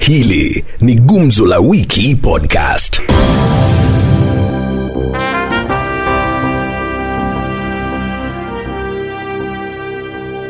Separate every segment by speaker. Speaker 1: Hili ni Gumzo la Wiki Podcast.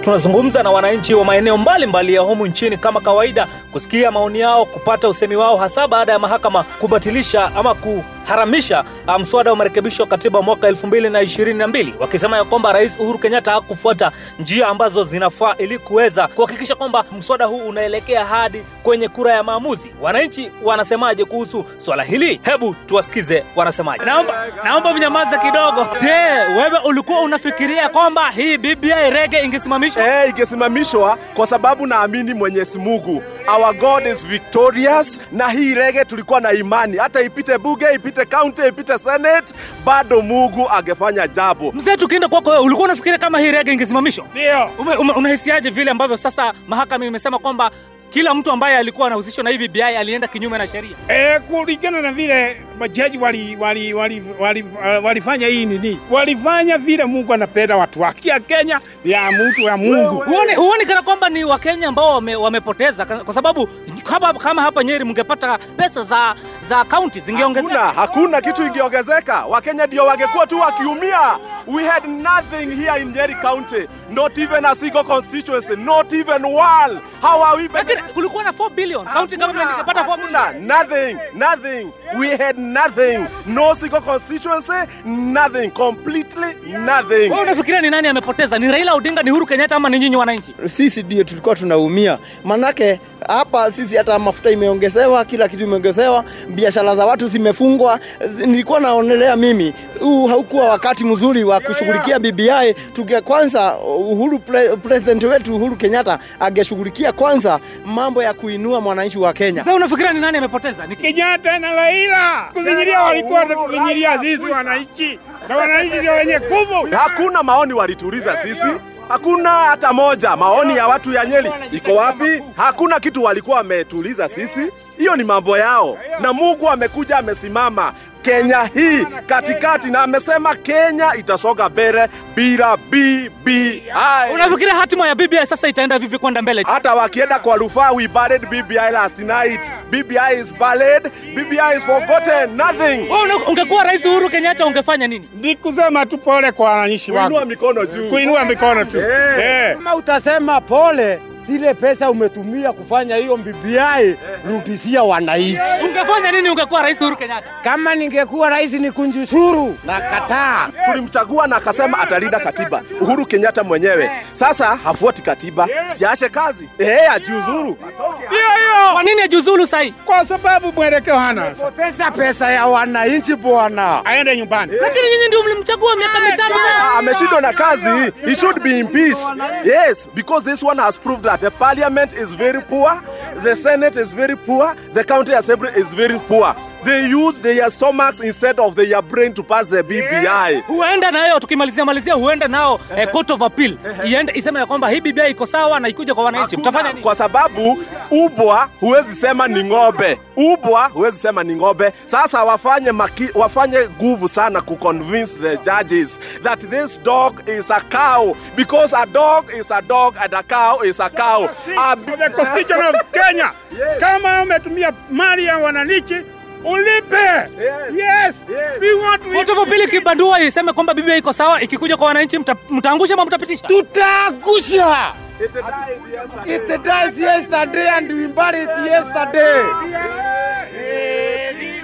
Speaker 2: Tunazungumza na wananchi wa maeneo mbalimbali ya humu nchini kama kawaida, kusikia maoni yao, kupata usemi wao, hasa baada ya mahakama kubatilisha ama kuharamisha ah, mswada wa marekebisho ya katiba mwaka 2022 wakisema ya kwamba Rais Uhuru Kenyatta hakufuata njia ambazo zinafaa ili kuweza kuhakikisha kwamba mswada huu unaelekea hadi kwenye kura ya maamuzi. Wananchi wanasemaje kuhusu swala hili? Hebu tuwasikize wanasemaje. Naomba, naomba mnyamaza kidogo. Je, wewe ulikuwa unafikiria kwamba hii BBI rege ingesimamishwa?
Speaker 3: Eh, ikisimamishwa kwa sababu naamini Mwenyezi Mungu. Our God is victorious na hii rege tulikuwa na imani hata ipite bunge, ipite county, ipite senate bado Mungu angefanya jambo.
Speaker 2: Mzee, tukienda kwako wewe, ulikuwa unafikiria kama hii rege ingesimamishwa?
Speaker 4: Ndio.
Speaker 2: Ume, ume, unahisiaje vile ambavyo sasa mahakama imesema kwamba kila mtu ambaye alikuwa anahusishwa na hii BBI alienda kinyume na sheria?
Speaker 4: E, kulingana na vile majaji wali, wali, wali, wali, uh, walifanya hii nini, walifanya vile Mungu anapenda watu wake. Ya Kenya ya mtu ya Mungu.
Speaker 2: Huoni huoni kana kwamba ni Wakenya ambao wame, wamepoteza Ka- kwa sababu kama, kama hapa Nyeri mngepata pesa za za kaunti
Speaker 3: Hakuna,
Speaker 2: zingeongezeka.
Speaker 3: hakuna kitu ingeongezeka. Wakenya ndio wangekuwa tu wakiumia. We had nothing here in Nyeri County, not even a single constituency, not even one. How are we
Speaker 2: Lakini kulikuwa na 4 billion county government ingepata 4
Speaker 3: Hakuna,
Speaker 2: billion.
Speaker 3: nothing, nothing. We had nothing. No single constituency, nothing. Completely nothing.
Speaker 2: Wewe unafikiria ni nani amepoteza? Ni Raila Odinga, ni Uhuru Kenyatta ama ni nyinyi wananchi?
Speaker 5: sisi ndio tulikuwa tunaumia, manake hapa sisi hata mafuta imeongezewa, kila kitu imeongezewa, biashara za watu zimefungwa. Z- Nilikuwa naonelea mimi huu haukuwa wakati mzuri wa kushughulikia BBI. Tunge kwanza Uhuru pre, president wetu Uhuru Kenyatta angeshughulikia kwanza mambo ya kuinua mwananchi wa Kenya.
Speaker 2: Wewe unafikiria ni nani amepoteza? Ni
Speaker 4: Kenyatta na Raila kuvinyilia, walikuwa wanatuvinyilia sisi wananchi, na wananchi ndio wenye nguvu.
Speaker 3: Hakuna maoni walituuliza sisi. Hakuna hata moja maoni ya watu ya Nyeri iko wapi? Hakuna kitu walikuwa wametuuliza sisi. Hiyo ni mambo yao, na Mungu amekuja amesimama Kenya hii katikati, na amesema Kenya itasonga mbele bila BBI.
Speaker 2: unafikiria hatima ya BBI sasa itaenda vipi kwenda mbele?
Speaker 3: Hata wakienda kwa rufaa, we buried BBI last night. BBI is buried, BBI is forgotten, nothing.
Speaker 2: Wewe una- ungekuwa Rais Uhuru Kenyatta ungefanya nini?
Speaker 4: Ni kusema tu pole kwa wananchi
Speaker 3: Kuinua
Speaker 4: wako,
Speaker 3: mikono juu.
Speaker 4: kuinua mikono tu
Speaker 3: Eh.
Speaker 4: Eh.
Speaker 6: Kama utasema pole, zile pesa umetumia kufanya hiyo BBI rudishia wananchi.
Speaker 2: Ungefanya nini ungekuwa Rais Uhuru Kenyatta?
Speaker 6: Kama ningekuwa rais nikunje ushuru na kataa.
Speaker 3: tulimchagua na akasema atalinda katiba. Uhuru Kenyatta mwenyewe sasa hafuati katiba, siache kazi eh, ajiuzuru.
Speaker 4: Hiyo hiyo,
Speaker 2: Kwa nini ajiuzulu sahii?
Speaker 4: kwa sababu mwelekeo hana sasa,
Speaker 6: Poteza pesa ya wananchi bwana.
Speaker 4: aende nyumbani.
Speaker 2: Lakini nyinyi ndio mlimchagua miaka mitano tena.
Speaker 3: Ah, Ameshindwa na kazi, he should be impeached. Yes, because this one has proved that the parliament is very poor, the senate is very poor, the county assembly is very poor. They use their stomachs instead of their brain to pass the BBI.
Speaker 2: huenda nayo tukimalizia malizia huenda nao eh, court of appeal iende iseme ya kwamba hii BBI iko sawa na ikuje kwa wananchi mtafanya nini
Speaker 3: kwa sababu ubwa huwezi sema ni ng'ombe ubwa huwezi sema ni ng'ombe sasa wafanye maki, wafanye nguvu sana kuconvince the judges that this dog is a cow because a dog is a dog and a cow is a cow
Speaker 4: Ah,
Speaker 3: A bi-
Speaker 4: of the Constitution of Kenya.
Speaker 3: Yes.
Speaker 4: Kama umetumia mali ya wananchi ulipe.
Speaker 3: Yes.
Speaker 4: Yes.
Speaker 3: Yes.
Speaker 4: We want to
Speaker 2: court of appeal kibandua iseme kwamba BBI iko sawa ikikuja kwa wananchi mta, mtaangusha ama mtapitisha
Speaker 6: Tutagusha.
Speaker 3: It died yesterday.
Speaker 6: It dies yesterday and we bury it yesterday.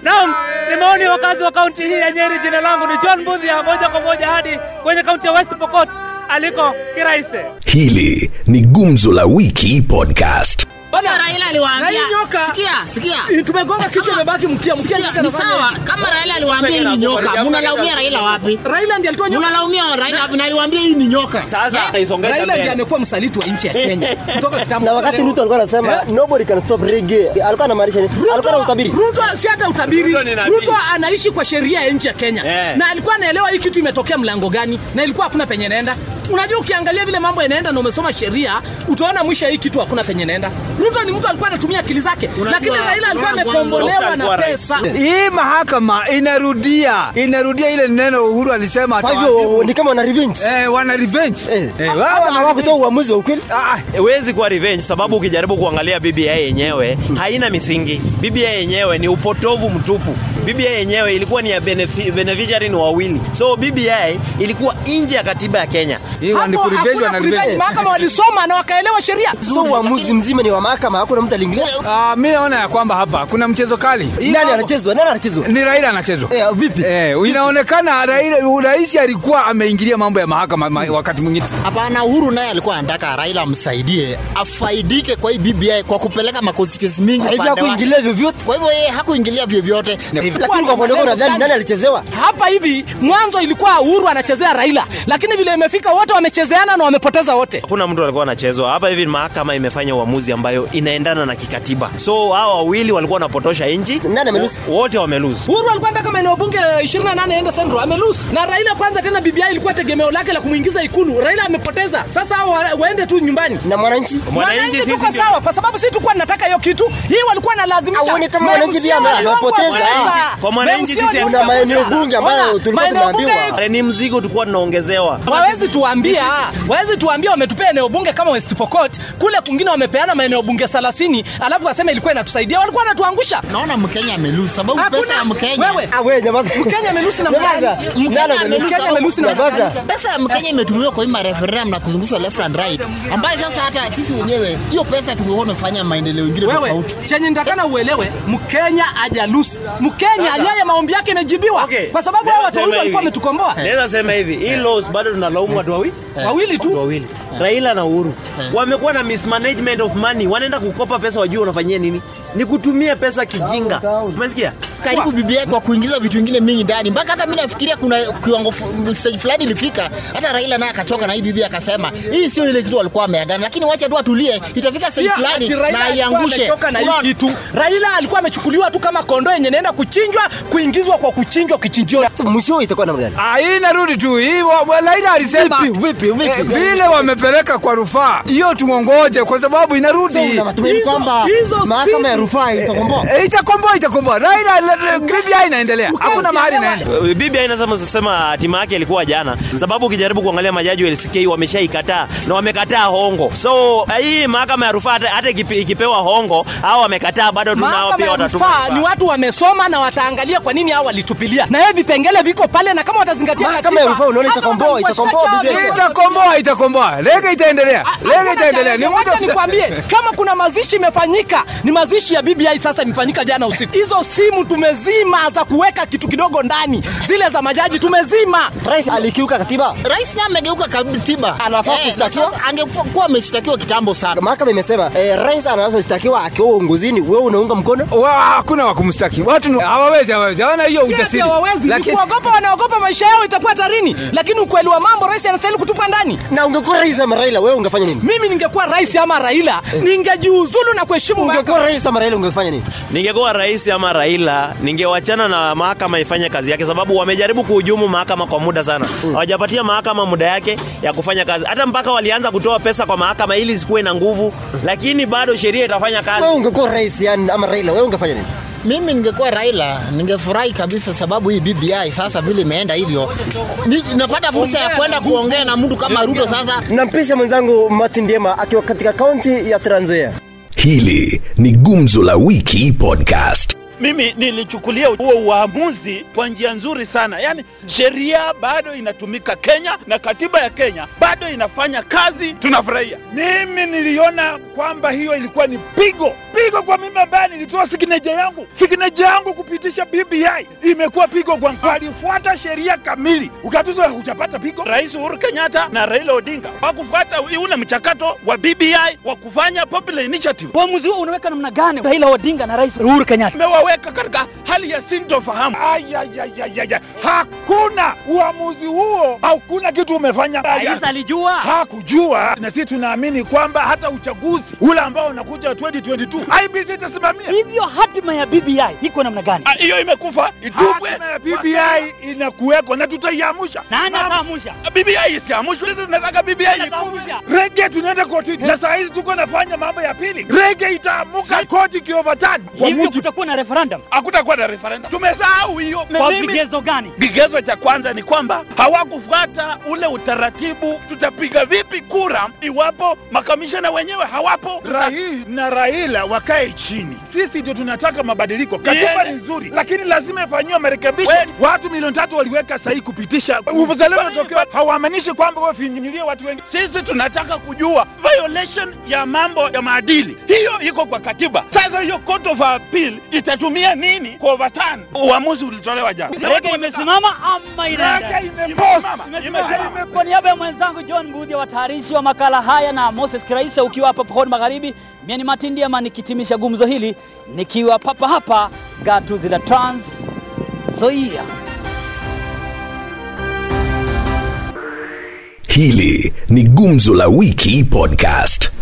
Speaker 2: naam ni maoni ya wakazi wa kaunti hii ya Nyeri jina langu ni John Mbudhia moja kwa moja hadi kwenye kaunti ya West Pokot aliko kiraise
Speaker 1: Hili ni Gumzo la Wiki Podcast.
Speaker 7: Baba Raila aliwaambia sikia, sikia. Tumegonga kichwa imebaki mkia mkia sikia, ni sawa. Kama Raila aliwaambia hii ni nyoka, mnalaumia Raila wapi? Raila ndiye alitoa nyoka. Mnalaumia Raila wapi na aliwaambia hii ni nyoka? Eh? Sasa akaisongesha Raila ndiye amekuwa msaliti wa nchi ya Kenya. Kutoka kitambo.
Speaker 5: Na wakati Ruto alikuwa anasema nobody can stop reggae, alikuwa anamaanisha nini? Alikuwa na utabiri
Speaker 7: Ruto si hata utabiri. Ruto anaishi kwa sheria ya nchi ya Kenya. Na alikuwa anaelewa hii kitu imetokea mlango gani na ilikuwa hakuna penye naenda.
Speaker 8: Unajua, ukiangalia vile mambo yanaenda na umesoma sheria, utaona mwisho ya hii kitu hakuna penye inaenda. Ruto ni mtu alikuwa anatumia akili zake, lakini Raila alikuwa amekombolewa na pesa.
Speaker 9: Hii mahakama inarudia inarudia ile neno Uhuru alisema
Speaker 5: Kwa
Speaker 9: atawaadhibu.
Speaker 5: hivyo ni kama wana revenge.
Speaker 9: eh, wana revenge
Speaker 5: Eh.
Speaker 9: Eh, wao
Speaker 5: Hata
Speaker 9: wana
Speaker 5: hawakutoa uamuzi wa ukweli.
Speaker 9: Ah,
Speaker 10: Huwezi kuwa revenge sababu ukijaribu kuangalia Biblia yenyewe haina misingi. Biblia yenyewe ni upotovu mtupu. Biblia yenyewe ilikuwa ni ya benefi- beneficiary ni wawili, so Biblia ilikuwa nje ya katiba ya Kenya.
Speaker 9: hii wana
Speaker 8: Hapo
Speaker 9: kurevenge,
Speaker 8: hakuna
Speaker 9: wana
Speaker 8: kurevenge,
Speaker 9: revenge.
Speaker 8: mahakama walisoma na wakaelewa sheria.
Speaker 5: So uamuzi mzima ni wa mahakama, hakuna mtu aliingilia.
Speaker 9: Ah, mi naona ya kwamba hapa kuna mchezo kali. Hii
Speaker 5: Nani
Speaker 9: hapa-
Speaker 5: anachezwa? Nani anachezwa?
Speaker 9: Ni Raila anachezwa.
Speaker 5: Eh, vipi?
Speaker 9: Eh, inaonekana Raila- rais alikuwa ameingilia mambo ya mahakama ma- wakati mwingine.
Speaker 7: Hapana, Uhuru naye alikuwa anataka Raila amsaidie afaidike kwa hii BBI kwa kupeleka makonstituency mingi
Speaker 5: Hivyo
Speaker 7: upande wake.
Speaker 5: hakuingilia vyovyote.
Speaker 7: Kwa hivyo yeye hakuingilia vyovyote.
Speaker 5: Lakini kwa mwonekano nadhani nani alichezewa?
Speaker 8: Hapa hivi mwanzo ilikuwa Uhuru anachezea Raila, lakini vile imefika wote wamechezeana na wamepoteza wote.
Speaker 10: Hakuna mtu alikuwa anachezwa hapa. Hivi mahakama imefanya uamuzi ambayo inaendana na kikatiba, so hawa wawili walikuwa wanapotosha nchi,
Speaker 5: Nani amelusi?
Speaker 10: wote wameluzi.
Speaker 8: Uhuru alikuwa anataka maeneo bunge 28 aende Sendro, amelose. Na Raila kwanza tena BBI ilikuwa tegemeo lake la kumuingiza ikulu. Raila amepoteza. Sasa hao wa- waende tu nyumbani.
Speaker 5: Na mwananchi?
Speaker 8: Mwananchi
Speaker 10: Mwananchi
Speaker 8: tuko
Speaker 10: sisi ndio-
Speaker 8: sawa kwa sababu sisi tulikuwa tunataka hiyo kitu. Hii walikuwa wanalazimisha.
Speaker 5: Hauoni kama mwananchi pia ame-
Speaker 8: Memusioni walikuwa
Speaker 5: amepoteza?
Speaker 8: wanapoteza.
Speaker 10: Kwa mwananchi sisi
Speaker 8: Memusioni
Speaker 5: Kuna maeneo
Speaker 8: wanapoteza.
Speaker 5: bunge ambayo
Speaker 8: Ona,
Speaker 5: tulikuwa
Speaker 8: maeneo bunge
Speaker 5: tumeambiwa.
Speaker 10: Wale ni mzigo tulikuwa tunaongezewa.
Speaker 8: Wawezi tuambia, wawezi tuambia wametupea eneo bunge kama West Pokot, kule kwingine wamepeana maeneo bunge 30, alafu waseme ilikuwa inatusaidia, walikuwa wanatuangusha.
Speaker 7: Naona Mkenya amelose sababu pesa ya Mkenya.
Speaker 8: wewe
Speaker 5: Ah, wewe nyamaza.
Speaker 8: Mkenya amelusi na
Speaker 5: Nyamaza.
Speaker 8: Mkenya.
Speaker 5: Nani
Speaker 7: Mkenya amelusi.
Speaker 5: amelusi?
Speaker 8: amelusi na
Speaker 5: Nyamaza.
Speaker 7: Pesa ya Mkenya imetumiwa kwa hii mareferendum na kuzungushwa left and right, ambayo sasa hata sisi wenyewe hiyo pesa tungekuwa tumefanya maendeleo ingine
Speaker 8: wewe
Speaker 7: tofauti.
Speaker 8: chenye nitakana uelewe, Mkenya hajalusi. Mkenya yeye maombi yake imejibiwa
Speaker 10: Okay.
Speaker 8: kwa sababu hao
Speaker 10: Naweza
Speaker 8: watu
Speaker 10: sema
Speaker 8: wawili walikuwa
Speaker 10: hivi. Eh,
Speaker 8: wametukomboa
Speaker 10: Naweza sema hivi, hii laws bado tunalaumu watu wawili.
Speaker 8: wawili Eh.
Speaker 10: Watu
Speaker 8: tu.
Speaker 10: wawili Raila na Uhuru wamekuwa na mismanagement of money, wanaenda kukopa pesa, wajua wanafanyia nini? Ni kutumia pesa kijinga. Umesikia?
Speaker 7: Karibu BBI kwa kuingiza vitu vingine mingi ndani, mpaka hata mimi nafikiria kuna kiwango fu- stage fulani ilifika hata Raila naye akachoka na hii BBI akasema hii sio ile kitu walikuwa wameagana, lakini wacha tu atulie, itafika stage
Speaker 8: Sio
Speaker 7: fulani
Speaker 8: ati Raila
Speaker 7: na
Speaker 8: alikuwa
Speaker 7: aiangushe.
Speaker 8: amechoka na hii
Speaker 7: Unaona?
Speaker 8: kitu. Raila alikuwa amechukuliwa tu kama kondoo yenye naenda kuchinjwa, kuingizwa kwa kuchinjwa kichinjio.
Speaker 5: Mwisho itakuwa namna gani?
Speaker 9: Ah, hii inarudi tu hii wa- wa- Raila alisema
Speaker 5: Vipi, vipi, vipi?
Speaker 9: eh, vile wamepeleka kwa rufaa hiyo tungongoje, kwa sababu inarudi
Speaker 5: Una matumaini
Speaker 8: Hizo-
Speaker 5: kwamba
Speaker 8: hizo
Speaker 5: mahakama ya
Speaker 8: siku-
Speaker 5: rufaa itakomboa?
Speaker 9: Eh, itakomboa itakomboa. Raila la- la- BBI inaendelea, hakuna mahali inaenda.
Speaker 10: Biblia inasema Eh, sema hatima yake ilikuwa jana, sababu ukijaribu kuangalia majaji wa LCK wameshaikataa na wamekataa hongo. So eh, hii mahakama ya rufaa hata- hata ikipe- ikipewa hongo au wamekataa, bado tunao
Speaker 8: Mahakama
Speaker 10: pia
Speaker 8: ya
Speaker 10: watatuma
Speaker 8: rufaa
Speaker 10: rufaa.
Speaker 8: ni watu wamesoma na wataangalia kwa nini hao walitupilia, na hiyo vipengele viko pale, na kama watazingatia
Speaker 5: Mahakama ya
Speaker 8: katiba,
Speaker 5: rufaa unaona
Speaker 8: hata
Speaker 5: itakomboa,
Speaker 8: watawashtaki
Speaker 5: itakomboa
Speaker 8: hao
Speaker 5: BBI.
Speaker 8: watu.
Speaker 9: Itakomboa itakomboa. Lege itaendelea. Lege
Speaker 8: Ah, Hakuna
Speaker 9: itaendelea.
Speaker 8: tarehe. Wacha nikwambie kama kuna mazishi imefanyika ni mazishi ya BBI sasa imefanyika jana usiku. Hizo simu tumezima za kuweka kitu kidogo ndani, zile za majaji tumezima.
Speaker 5: Rais alikiuka katiba.
Speaker 7: Rais naye amegeuka katiba,
Speaker 5: Anafaa
Speaker 7: Eh,
Speaker 5: kushtakiwa?
Speaker 7: na sasa Angekuwa ameshtakiwa kitambo sana.
Speaker 5: Mahakama imesema eh, rais anaweza kushtakiwa akiwa uongozini, wewe unaunga mkono?
Speaker 9: Wa- hakuna wa kumshtaki. Watu ni- hawawezi hawawezi. Hawana hiyo
Speaker 8: Yes,
Speaker 9: ujasiri.
Speaker 8: hawawezi ni
Speaker 9: Lakini Eh.
Speaker 8: kuogopa, wanaogopa maisha yao itakuwa hatarini, lakini ukweli wa mambo, rais anastahili kutupa ndani.
Speaker 5: Na ungekuwa rais ama Raila, wewe ungefanya nini?
Speaker 8: Mimi ningekuwa rais ama Raila,
Speaker 9: Eh.
Speaker 8: ningejiuzulu na kuheshimu
Speaker 5: Ungekuwa
Speaker 8: mahakama.
Speaker 5: rais ama Raila, ungefanya nini?
Speaker 10: Ningekuwa rais ama Raila, ningewachana na mahakama ifanye kazi yake, sababu wamejaribu kuhujumu mahakama kwa muda sana. Hawajapatia mahakama muda yake ya kufanya kazi, hata mpaka walianza kutoa pesa kwa mahakama ili isikuwe na nguvu, lakini bado sheria itafanya kazi.
Speaker 5: Wewe ungekuwa rais yani ama Raila, wewe ungefanya nini?
Speaker 7: Mimi ningekuwa Raila ningefurahi kabisa, sababu hii BBI sasa vile imeenda hivyo, ni, napata fursa ya kwenda kuongea na mtu kama Ruto sasa
Speaker 5: Nampisha mwenzangu Martin Diema akiwa katika kaunti ya Trans Nzoia.
Speaker 1: Hili ni Gumzo la Wiki Podcast.
Speaker 11: Mimi nilichukulia huo uamuzi kwa njia nzuri sana, yaani sheria bado inatumika Kenya na katiba ya Kenya bado inafanya kazi, tunafurahia. Mimi niliona kwamba hiyo ilikuwa ni pigo, pigo kwa mimi ambaye nilitoa signeja yangu, signeja yangu kupitisha BBI imekuwa pigo kwa walifuata sheria kamili, ukatuzo hujapata pigo. Rais Uhuru Kenyatta na Raila Odinga wakufuata ule mchakato wa BBI wa kufanya popular initiative
Speaker 8: Uamuzi huo unaweka namna gani Raila Odinga na Rais Uhuru Kenyatta?
Speaker 11: imewaweka katika hali ya sintofahamu. Ayayayayaya, hakuna uamuzi huo, hakuna kitu umefanya. Rais alijua, hakujua, na sisi tunaamini kwamba hata uchaguzi ule ambao unakuja 2022 IBC itasimamia
Speaker 12: hivyo. Hatima ya BBI iko namna gani?
Speaker 11: Ah, hiyo imekufa itupwe.
Speaker 12: Hatima
Speaker 11: ya BBI inakuweko na tutaiamusha.
Speaker 12: Nani ataamusha?
Speaker 11: Ah, BBI isiamushwe. Sisi tunataka BBI ikufe. Rege tunaenda
Speaker 12: Eh.
Speaker 11: kotini na saa hizi tuko nafanya mambo ya pili. Rege itaamuka koti kioverturn kwa
Speaker 12: Hivyo
Speaker 11: mujibu.
Speaker 12: kutakuwa na referendum.
Speaker 11: Hakutakuwa na referendum. Tumesahau hiyo.
Speaker 12: Kwa
Speaker 11: Mimi-
Speaker 12: vigezo gani?
Speaker 11: Kigezo cha kwanza ni kwamba hawakufuata ule utaratibu. Tutapiga vipi kura iwapo makamishana wenyewe hawapo?
Speaker 13: Rais na Raila wakae chini. Sisi ndio tunataka mabadiliko.
Speaker 11: Katiba
Speaker 13: Katiba
Speaker 11: ni
Speaker 13: ni nzuri,
Speaker 11: lakini lazima ifanyiwe marekebisho.
Speaker 13: Watu milioni tatu waliweka sahihi kupitisha uzalendo unatokea, hawamaanishi kwamba wafinyinyilie watu wengi.
Speaker 11: Sisi tunataka kujua violation ya mambo ya maadili, hiyo iko kwa katiba. Sasa hiyo court of appeal itatumia nini kwa overturn uamuzi ulitolewa jana?
Speaker 12: Rege imesimama ama inaenda?
Speaker 11: Rege imepost. Imesimama.
Speaker 12: Imesimama. Kwa niaba ya mwenzangu John Mbudhi, watayarishi wa makala haya na Moses Kiraisa, ukiwa hapa Pokoni Magharibi, mimi ni Martin Diema nikitimisha gumzo hili nikiwa papa hapa gatuzi la Trans Nzoia.
Speaker 1: Hili ni Gumzo la Wiki Podcast.